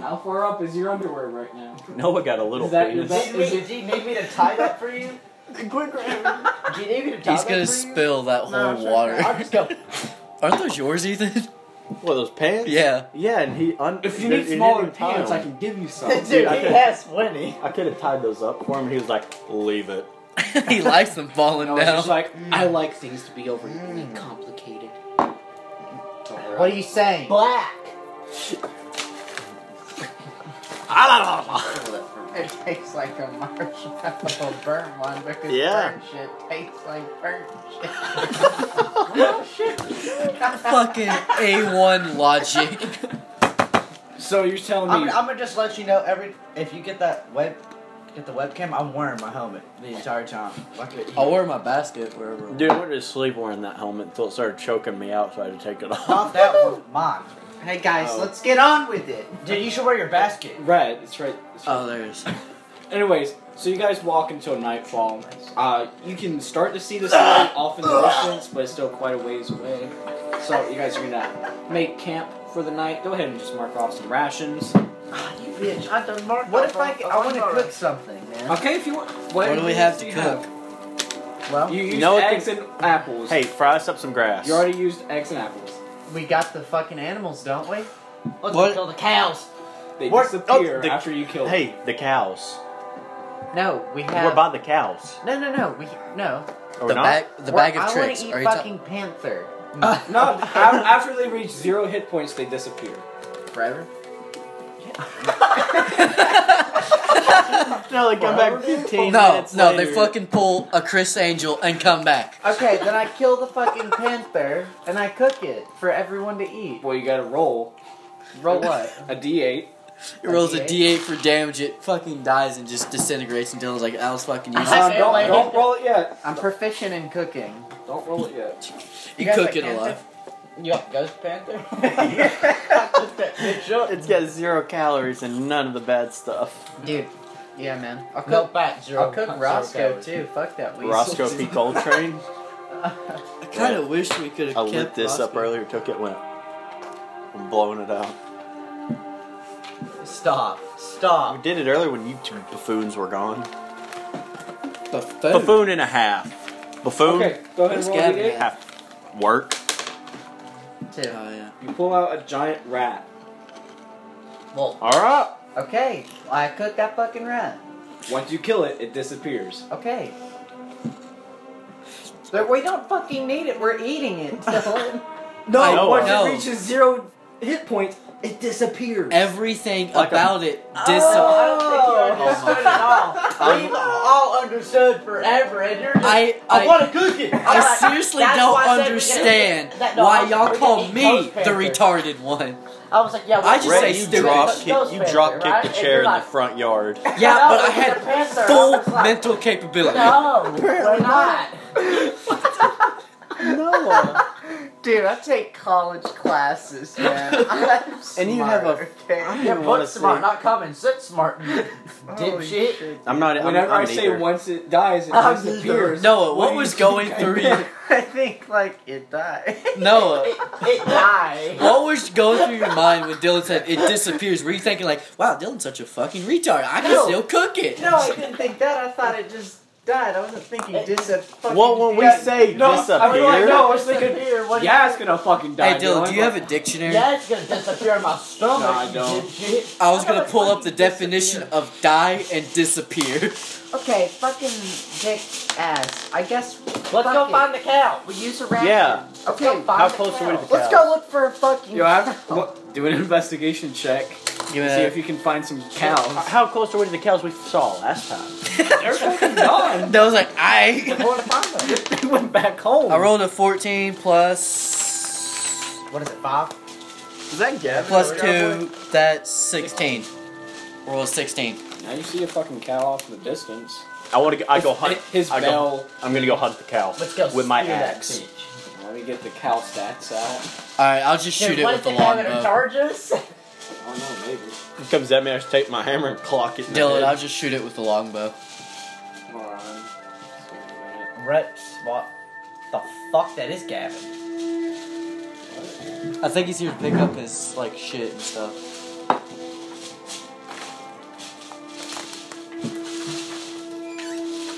[SPEAKER 4] How far up is your underwear right now?
[SPEAKER 2] Noah got a little
[SPEAKER 4] Is that your
[SPEAKER 2] penis.
[SPEAKER 4] best-
[SPEAKER 3] Do you, need, do you need me to tie that for you?
[SPEAKER 2] Quick
[SPEAKER 3] Do you need me to tie
[SPEAKER 1] He's
[SPEAKER 3] that
[SPEAKER 1] gonna
[SPEAKER 3] for you?
[SPEAKER 1] spill that whole
[SPEAKER 3] No, sure,
[SPEAKER 1] water.
[SPEAKER 3] I'll just go.
[SPEAKER 1] Aren't those yours, Ethan?
[SPEAKER 2] What those pants?
[SPEAKER 1] yeah.
[SPEAKER 2] Yeah, and he un.
[SPEAKER 4] If you
[SPEAKER 2] they-
[SPEAKER 4] need
[SPEAKER 2] he
[SPEAKER 4] smaller
[SPEAKER 2] didn't tie
[SPEAKER 4] pants,
[SPEAKER 2] them.
[SPEAKER 4] I can give you some.
[SPEAKER 3] Oh, Dude,
[SPEAKER 2] Dude, I
[SPEAKER 3] he
[SPEAKER 2] could-
[SPEAKER 3] has plenty.
[SPEAKER 2] I could have tied those up for him. and He was like, "Leave it."
[SPEAKER 1] he likes them falling
[SPEAKER 4] I was
[SPEAKER 1] down.
[SPEAKER 4] just like,
[SPEAKER 7] I like things to be overly complicated.
[SPEAKER 3] What are you saying?
[SPEAKER 7] Black.
[SPEAKER 3] It tastes like a marshmallow burnt one because
[SPEAKER 2] Yeah.
[SPEAKER 3] burnt shit tastes like burnt shit.
[SPEAKER 1] fucking A1 logic.
[SPEAKER 4] so you're telling
[SPEAKER 3] I'm,
[SPEAKER 4] me?
[SPEAKER 3] I'm gonna just let you know every if you get that web get the webcam, I'm wearing my helmet the entire time. Like it-
[SPEAKER 1] I'll wear my basket wherever.
[SPEAKER 2] Dude, I went to sleep wearing that helmet until it started choking me out, so I had to take it off.
[SPEAKER 3] not that one, mine.
[SPEAKER 7] Hey, guys,
[SPEAKER 2] Oh.
[SPEAKER 7] let's get on with it.
[SPEAKER 3] Dude, you should wear your basket.
[SPEAKER 4] Red, it's right. It's right.
[SPEAKER 1] Oh, there's.
[SPEAKER 4] Anyways, so you guys walk until nightfall. Uh, you can start to see the sun off in the distance, but it's still quite a ways away. So you guys are gonna make camp for the night. Go ahead and just mark off some rations.
[SPEAKER 9] You bitch, I done marked
[SPEAKER 3] What
[SPEAKER 9] up
[SPEAKER 3] if I,
[SPEAKER 9] on-
[SPEAKER 3] I want to
[SPEAKER 9] on
[SPEAKER 3] cook something, man?
[SPEAKER 4] Okay, if you want. What,
[SPEAKER 1] What do we have to
[SPEAKER 4] you
[SPEAKER 1] cook?
[SPEAKER 3] Well,
[SPEAKER 4] You used
[SPEAKER 2] know what
[SPEAKER 4] eggs and apples.
[SPEAKER 2] Hey, fry us up some grass.
[SPEAKER 4] you already used eggs and apples.
[SPEAKER 3] we got the fucking animals, don't we?
[SPEAKER 9] Let's
[SPEAKER 1] What-
[SPEAKER 9] kill the cows.
[SPEAKER 4] They
[SPEAKER 2] What?
[SPEAKER 4] disappear
[SPEAKER 2] Oh, the-
[SPEAKER 4] after you kill.
[SPEAKER 2] Hey, the cows.
[SPEAKER 3] No, we
[SPEAKER 2] We're
[SPEAKER 3] have.
[SPEAKER 2] by the cows.
[SPEAKER 3] no, no, no. We no.
[SPEAKER 2] Are we
[SPEAKER 1] The
[SPEAKER 2] not?
[SPEAKER 1] bag, the
[SPEAKER 3] We're-
[SPEAKER 1] bag of
[SPEAKER 3] I
[SPEAKER 1] tricks.
[SPEAKER 3] I
[SPEAKER 1] Are
[SPEAKER 3] want
[SPEAKER 1] you
[SPEAKER 3] to eat fucking panther
[SPEAKER 1] ta-
[SPEAKER 4] them. No, af- after they reach zero hit points, they disappear.
[SPEAKER 3] forever.
[SPEAKER 2] No, they come back 15
[SPEAKER 1] no,
[SPEAKER 2] minutes
[SPEAKER 1] no,
[SPEAKER 2] later.
[SPEAKER 1] they fucking pull a Chris Angel and come back.
[SPEAKER 3] Okay, then I kill the fucking panther and I cook it for everyone to eat.
[SPEAKER 4] Well, you gotta roll
[SPEAKER 3] Roll what?
[SPEAKER 4] a d8.
[SPEAKER 1] He rolls a
[SPEAKER 3] D8?
[SPEAKER 1] D8 for damage. It fucking dies and just disintegrates until it's like I was fucking useless.
[SPEAKER 4] Uh,
[SPEAKER 9] say
[SPEAKER 4] don't,
[SPEAKER 9] later.
[SPEAKER 4] don't roll it yet.
[SPEAKER 3] I'm proficient in cooking.
[SPEAKER 4] Don't roll it yet.
[SPEAKER 1] You,
[SPEAKER 3] guys
[SPEAKER 1] cook
[SPEAKER 3] like
[SPEAKER 1] it
[SPEAKER 3] panther?
[SPEAKER 1] alive.
[SPEAKER 9] Yup, Ghost Panther.
[SPEAKER 2] It's got zero calories and none of the bad stuff.
[SPEAKER 3] Dude, yeah, man. I'll cook,
[SPEAKER 9] No fat zero.
[SPEAKER 3] I'll cook
[SPEAKER 9] zero
[SPEAKER 3] Roscoe
[SPEAKER 9] calories.
[SPEAKER 3] too. Fuck that weasel.
[SPEAKER 2] Roscoe P. Coltrane.
[SPEAKER 1] I kind of wish we could have.
[SPEAKER 2] I lit this up earlier, took it, went. I'm blowing it out.
[SPEAKER 9] Stop.
[SPEAKER 2] We
[SPEAKER 9] Stop.
[SPEAKER 2] did it earlier when you two buffoons were gone.
[SPEAKER 1] The
[SPEAKER 2] Buffoon and a half. Buffoon.
[SPEAKER 4] Okay, go ahead
[SPEAKER 1] Who's
[SPEAKER 4] and roll
[SPEAKER 1] Gavin
[SPEAKER 4] a d8.
[SPEAKER 1] at?
[SPEAKER 2] Half. Work.
[SPEAKER 3] Too.
[SPEAKER 1] Oh yeah.
[SPEAKER 4] You pull out a giant rat.
[SPEAKER 9] Well,
[SPEAKER 2] All right.
[SPEAKER 3] Okay, I cooked that fucking rat.
[SPEAKER 4] Once you kill it, it disappears.
[SPEAKER 3] Okay. But we don't fucking need it. We're eating it. Dylan.
[SPEAKER 4] No,
[SPEAKER 1] I
[SPEAKER 4] once
[SPEAKER 1] know.
[SPEAKER 4] it reaches zero hit points, it disappears.
[SPEAKER 1] Everything
[SPEAKER 2] Like a-
[SPEAKER 1] about it
[SPEAKER 3] I
[SPEAKER 9] Oh.
[SPEAKER 1] disappears.
[SPEAKER 3] don't think you understood at
[SPEAKER 4] Oh.
[SPEAKER 3] all.
[SPEAKER 2] I'm-
[SPEAKER 3] We've all understood forever, and you're just.
[SPEAKER 1] I
[SPEAKER 3] I,
[SPEAKER 1] I,
[SPEAKER 3] want to cook it.
[SPEAKER 1] I
[SPEAKER 9] Alright,
[SPEAKER 1] seriously
[SPEAKER 9] that's
[SPEAKER 1] don't
[SPEAKER 9] why I said we didn't
[SPEAKER 1] understand
[SPEAKER 9] get- that- no, I
[SPEAKER 1] why
[SPEAKER 9] was-
[SPEAKER 1] y'all
[SPEAKER 9] we
[SPEAKER 1] call
[SPEAKER 9] didn't
[SPEAKER 1] me
[SPEAKER 9] eat
[SPEAKER 1] the
[SPEAKER 9] Ghost
[SPEAKER 1] retarded one.
[SPEAKER 9] I was like, yeah.
[SPEAKER 1] I just
[SPEAKER 9] well,
[SPEAKER 1] say
[SPEAKER 2] Ray,
[SPEAKER 9] Ghost
[SPEAKER 2] you
[SPEAKER 1] stupid.
[SPEAKER 2] drop
[SPEAKER 9] Panther,
[SPEAKER 2] kick.
[SPEAKER 9] Ghost
[SPEAKER 2] You
[SPEAKER 9] Panther,
[SPEAKER 2] drop kicked
[SPEAKER 9] right?
[SPEAKER 2] the
[SPEAKER 9] And
[SPEAKER 2] chair
[SPEAKER 9] you're
[SPEAKER 2] in the
[SPEAKER 9] like,
[SPEAKER 2] front yard.
[SPEAKER 1] Yeah,
[SPEAKER 9] No,
[SPEAKER 1] but
[SPEAKER 9] it's
[SPEAKER 1] I
[SPEAKER 9] a
[SPEAKER 1] had
[SPEAKER 9] panther. I
[SPEAKER 1] full
[SPEAKER 9] was like-
[SPEAKER 1] mental capability.
[SPEAKER 9] No, we're not.
[SPEAKER 2] No.
[SPEAKER 3] Dude, I take college classes, man. I'm smart,
[SPEAKER 2] And you have a-
[SPEAKER 3] Okay?
[SPEAKER 9] Yeah,
[SPEAKER 2] don't
[SPEAKER 9] book
[SPEAKER 2] wanna
[SPEAKER 9] smart,
[SPEAKER 2] see.
[SPEAKER 9] not common sense smart. you
[SPEAKER 3] Holy
[SPEAKER 9] Dipshit.
[SPEAKER 3] shit.
[SPEAKER 2] I'm not. I'm,
[SPEAKER 4] Whenever
[SPEAKER 2] I'm
[SPEAKER 4] i say
[SPEAKER 2] neither.
[SPEAKER 4] once it dies, it
[SPEAKER 9] I'm
[SPEAKER 4] disappears.
[SPEAKER 1] Noah, what
[SPEAKER 4] do
[SPEAKER 1] was
[SPEAKER 4] you
[SPEAKER 1] going
[SPEAKER 4] think I
[SPEAKER 1] through
[SPEAKER 4] meant?
[SPEAKER 3] I think, like, it died.
[SPEAKER 1] Noah,
[SPEAKER 9] It died.
[SPEAKER 1] what was going through your mind when Dylan said it disappears? Were you thinking like, wow, Dylan's such a fucking retard. I can
[SPEAKER 3] No.
[SPEAKER 1] still cook it.
[SPEAKER 3] No, I didn't think that. I thought it just died. I wasn't thinking
[SPEAKER 9] It-
[SPEAKER 3] disap. fucking
[SPEAKER 2] What when we
[SPEAKER 3] died.
[SPEAKER 2] say
[SPEAKER 4] No,
[SPEAKER 2] disappear?
[SPEAKER 4] I mean, like, no, I was thinking,
[SPEAKER 3] Disappear, what do you-
[SPEAKER 4] yeah, it's gonna fucking die.
[SPEAKER 1] Hey Dylan, do you have
[SPEAKER 4] it?
[SPEAKER 1] a dictionary?
[SPEAKER 9] Yeah, it's gonna disappear in my stomach.
[SPEAKER 4] No, I
[SPEAKER 9] you
[SPEAKER 4] don't.
[SPEAKER 9] Dipshit.
[SPEAKER 1] I was
[SPEAKER 3] I
[SPEAKER 1] gonna
[SPEAKER 3] thought it
[SPEAKER 1] pull up the
[SPEAKER 3] fucking
[SPEAKER 1] definition of die and disappear.
[SPEAKER 3] Okay, fucking dick ass. I guess.
[SPEAKER 9] Let's go
[SPEAKER 3] it.
[SPEAKER 9] find the cow.
[SPEAKER 3] We use a rat.
[SPEAKER 2] Yeah.
[SPEAKER 9] Let's
[SPEAKER 3] Okay.
[SPEAKER 9] go find
[SPEAKER 2] How
[SPEAKER 9] the
[SPEAKER 2] close are
[SPEAKER 9] cow.
[SPEAKER 2] we to the-
[SPEAKER 3] Let's go look for a fucking.
[SPEAKER 4] You have what, do an investigation check.
[SPEAKER 1] You
[SPEAKER 4] See if you can find some cows.
[SPEAKER 2] How close are we to the cows we saw last time?
[SPEAKER 4] They're fucking gone.
[SPEAKER 1] That was like I.
[SPEAKER 3] Go and find them.
[SPEAKER 4] They went back home.
[SPEAKER 1] I rolled a 14 plus
[SPEAKER 3] What is it, five?
[SPEAKER 2] Is that Gavin?
[SPEAKER 1] plus two. That's 16. Roll a 16.
[SPEAKER 4] Now you see a fucking cow off in the distance.
[SPEAKER 2] I want to. I go hunt.
[SPEAKER 4] His
[SPEAKER 2] I go,
[SPEAKER 4] bell.
[SPEAKER 2] I'm gonna go hunt the cow
[SPEAKER 9] Let's go
[SPEAKER 2] with my
[SPEAKER 9] spear that
[SPEAKER 2] axe.
[SPEAKER 9] bitch.
[SPEAKER 4] Let me get the cow stats out.
[SPEAKER 1] Alright, I'll just shoot
[SPEAKER 9] Dude,
[SPEAKER 1] it
[SPEAKER 9] what
[SPEAKER 1] with
[SPEAKER 9] if
[SPEAKER 1] the
[SPEAKER 9] they have it in
[SPEAKER 1] longbow.
[SPEAKER 9] charges?
[SPEAKER 4] I don't know, Oh, maybe.
[SPEAKER 2] Comes at me. I just take my hammer and clock it. in the
[SPEAKER 1] Dylan,
[SPEAKER 2] head.
[SPEAKER 1] I'll just shoot it with the longbow.
[SPEAKER 4] Hold on.
[SPEAKER 3] Reps. What the fuck? That is Gavin.
[SPEAKER 1] I think he's here to pick up his like shit and stuff.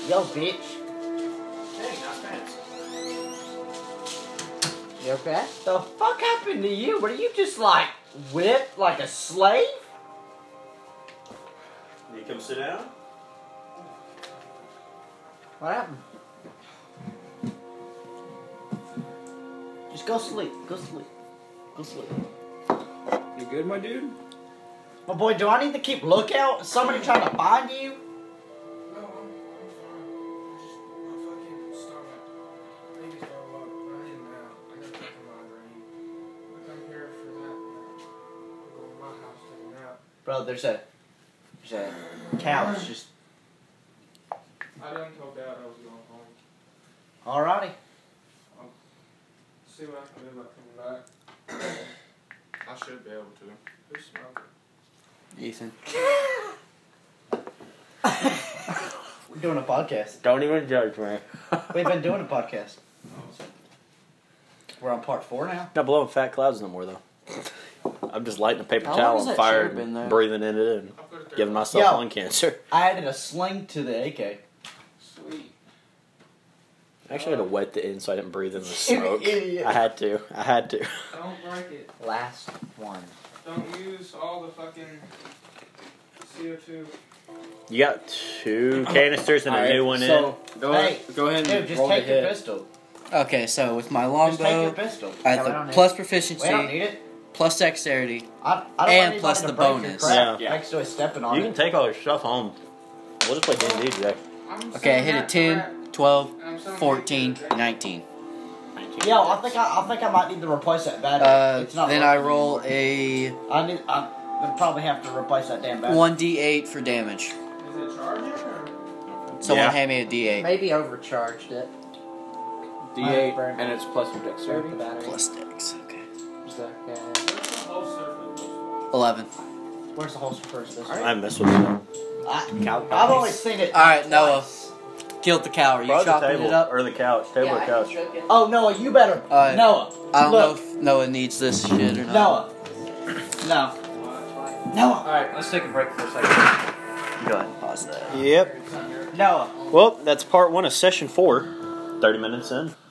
[SPEAKER 9] Yo, bitch.
[SPEAKER 3] You okay?
[SPEAKER 9] The fuck happened to you? Were you just like whipped like a slave?
[SPEAKER 2] You come sit down.
[SPEAKER 3] What happened?
[SPEAKER 9] Just go sleep. Go sleep. Go sleep.
[SPEAKER 4] You good, my dude?
[SPEAKER 9] My boy, do I need to keep lookout? Is somebody trying to find you?
[SPEAKER 3] Bro, there's a there's a cow. It's just
[SPEAKER 10] I done told Dad I was going home.
[SPEAKER 3] alrighty.
[SPEAKER 10] See what I can do about coming back. I should be able to. Who's smoking?
[SPEAKER 1] Ethan.
[SPEAKER 3] We're doing a podcast.
[SPEAKER 2] Don't even judge, man.
[SPEAKER 3] We've been doing a podcast.
[SPEAKER 10] Oh.
[SPEAKER 3] We're on part four now.
[SPEAKER 2] Not blowing fat clouds no more though. I'm just lighting a paper
[SPEAKER 1] How long
[SPEAKER 2] towel
[SPEAKER 1] has
[SPEAKER 2] on
[SPEAKER 1] that
[SPEAKER 2] fire,
[SPEAKER 1] shirt been there?
[SPEAKER 2] and breathing in it in,
[SPEAKER 10] I'll put it there.
[SPEAKER 2] giving myself
[SPEAKER 3] Yo.
[SPEAKER 2] lung cancer.
[SPEAKER 3] I added a sling to the AK.
[SPEAKER 4] Sweet.
[SPEAKER 2] I actually had to wet the end so I didn't breathe in the smoke.
[SPEAKER 3] idiot.
[SPEAKER 2] I had to. I had to.
[SPEAKER 10] Don't break it.
[SPEAKER 11] Last one.
[SPEAKER 10] Don't use all the fucking CO2.
[SPEAKER 2] You got two canisters and a
[SPEAKER 4] Alright,
[SPEAKER 2] new one
[SPEAKER 4] so Go,
[SPEAKER 3] Hey,
[SPEAKER 4] go ahead and
[SPEAKER 3] Dude, just
[SPEAKER 4] roll
[SPEAKER 3] take
[SPEAKER 4] the
[SPEAKER 3] your
[SPEAKER 4] hit.
[SPEAKER 3] pistol.
[SPEAKER 1] Okay, so with my
[SPEAKER 3] Just take your
[SPEAKER 1] longbow,
[SPEAKER 3] pistol.
[SPEAKER 1] I
[SPEAKER 11] Yeah,
[SPEAKER 1] have
[SPEAKER 11] we
[SPEAKER 1] the
[SPEAKER 11] don't need-
[SPEAKER 1] plus
[SPEAKER 3] We don't
[SPEAKER 1] proficiency,
[SPEAKER 3] need it.
[SPEAKER 1] plus dexterity.
[SPEAKER 3] I, I don't
[SPEAKER 1] And
[SPEAKER 3] want
[SPEAKER 1] plus
[SPEAKER 3] anybody to
[SPEAKER 1] the
[SPEAKER 3] break your
[SPEAKER 1] bonus.
[SPEAKER 3] crap
[SPEAKER 4] Yeah.
[SPEAKER 3] Next to us stepping
[SPEAKER 2] in.
[SPEAKER 3] on
[SPEAKER 2] You can
[SPEAKER 3] it.
[SPEAKER 2] take all your stuff home. We'll just play D&D today.
[SPEAKER 10] I'm
[SPEAKER 1] Okay, I hit a 10, 12,
[SPEAKER 10] I'm selling
[SPEAKER 1] 14,
[SPEAKER 10] it.
[SPEAKER 1] 19.
[SPEAKER 3] Yo, I think I, I think I might need to replace that battery.
[SPEAKER 1] Uh,
[SPEAKER 3] it's not
[SPEAKER 1] then I
[SPEAKER 3] working
[SPEAKER 1] roll
[SPEAKER 3] anymore.
[SPEAKER 1] a
[SPEAKER 3] I need. I'm gonna probably have to replace that damn battery.
[SPEAKER 1] 1d8 for damage.
[SPEAKER 10] Is it charging or?
[SPEAKER 1] Someone
[SPEAKER 2] Yeah.
[SPEAKER 1] hand me a d8.
[SPEAKER 11] Maybe overcharged it.
[SPEAKER 12] D8, and it's plus your
[SPEAKER 11] Serve
[SPEAKER 12] dexterity.
[SPEAKER 11] the battery.
[SPEAKER 1] Plus dex. Okay.
[SPEAKER 11] It's okay.
[SPEAKER 10] Where's the holster for this?
[SPEAKER 1] 11.
[SPEAKER 3] Where's the holster first? This
[SPEAKER 2] I mess with you.
[SPEAKER 3] I, I've only seen it.
[SPEAKER 1] Alright, Noah.
[SPEAKER 3] twice.
[SPEAKER 1] Killed the cow. Are you
[SPEAKER 2] Probably the
[SPEAKER 1] chopping
[SPEAKER 2] table
[SPEAKER 1] it up?
[SPEAKER 2] or the couch. Table
[SPEAKER 11] yeah,
[SPEAKER 2] or couch.
[SPEAKER 11] I can cook
[SPEAKER 3] Oh Noah, you better.
[SPEAKER 1] Alright.
[SPEAKER 3] Noah.
[SPEAKER 1] I don't
[SPEAKER 3] Look,
[SPEAKER 1] know if Noah needs this shit or not.
[SPEAKER 3] Noah. No.
[SPEAKER 11] it.
[SPEAKER 3] Noah.
[SPEAKER 4] Alright, let's take a break for a second.
[SPEAKER 2] Go ahead.
[SPEAKER 1] Pause that.
[SPEAKER 2] Yep.
[SPEAKER 3] Noah.
[SPEAKER 2] Well, that's part one of session four. 30 minutes in.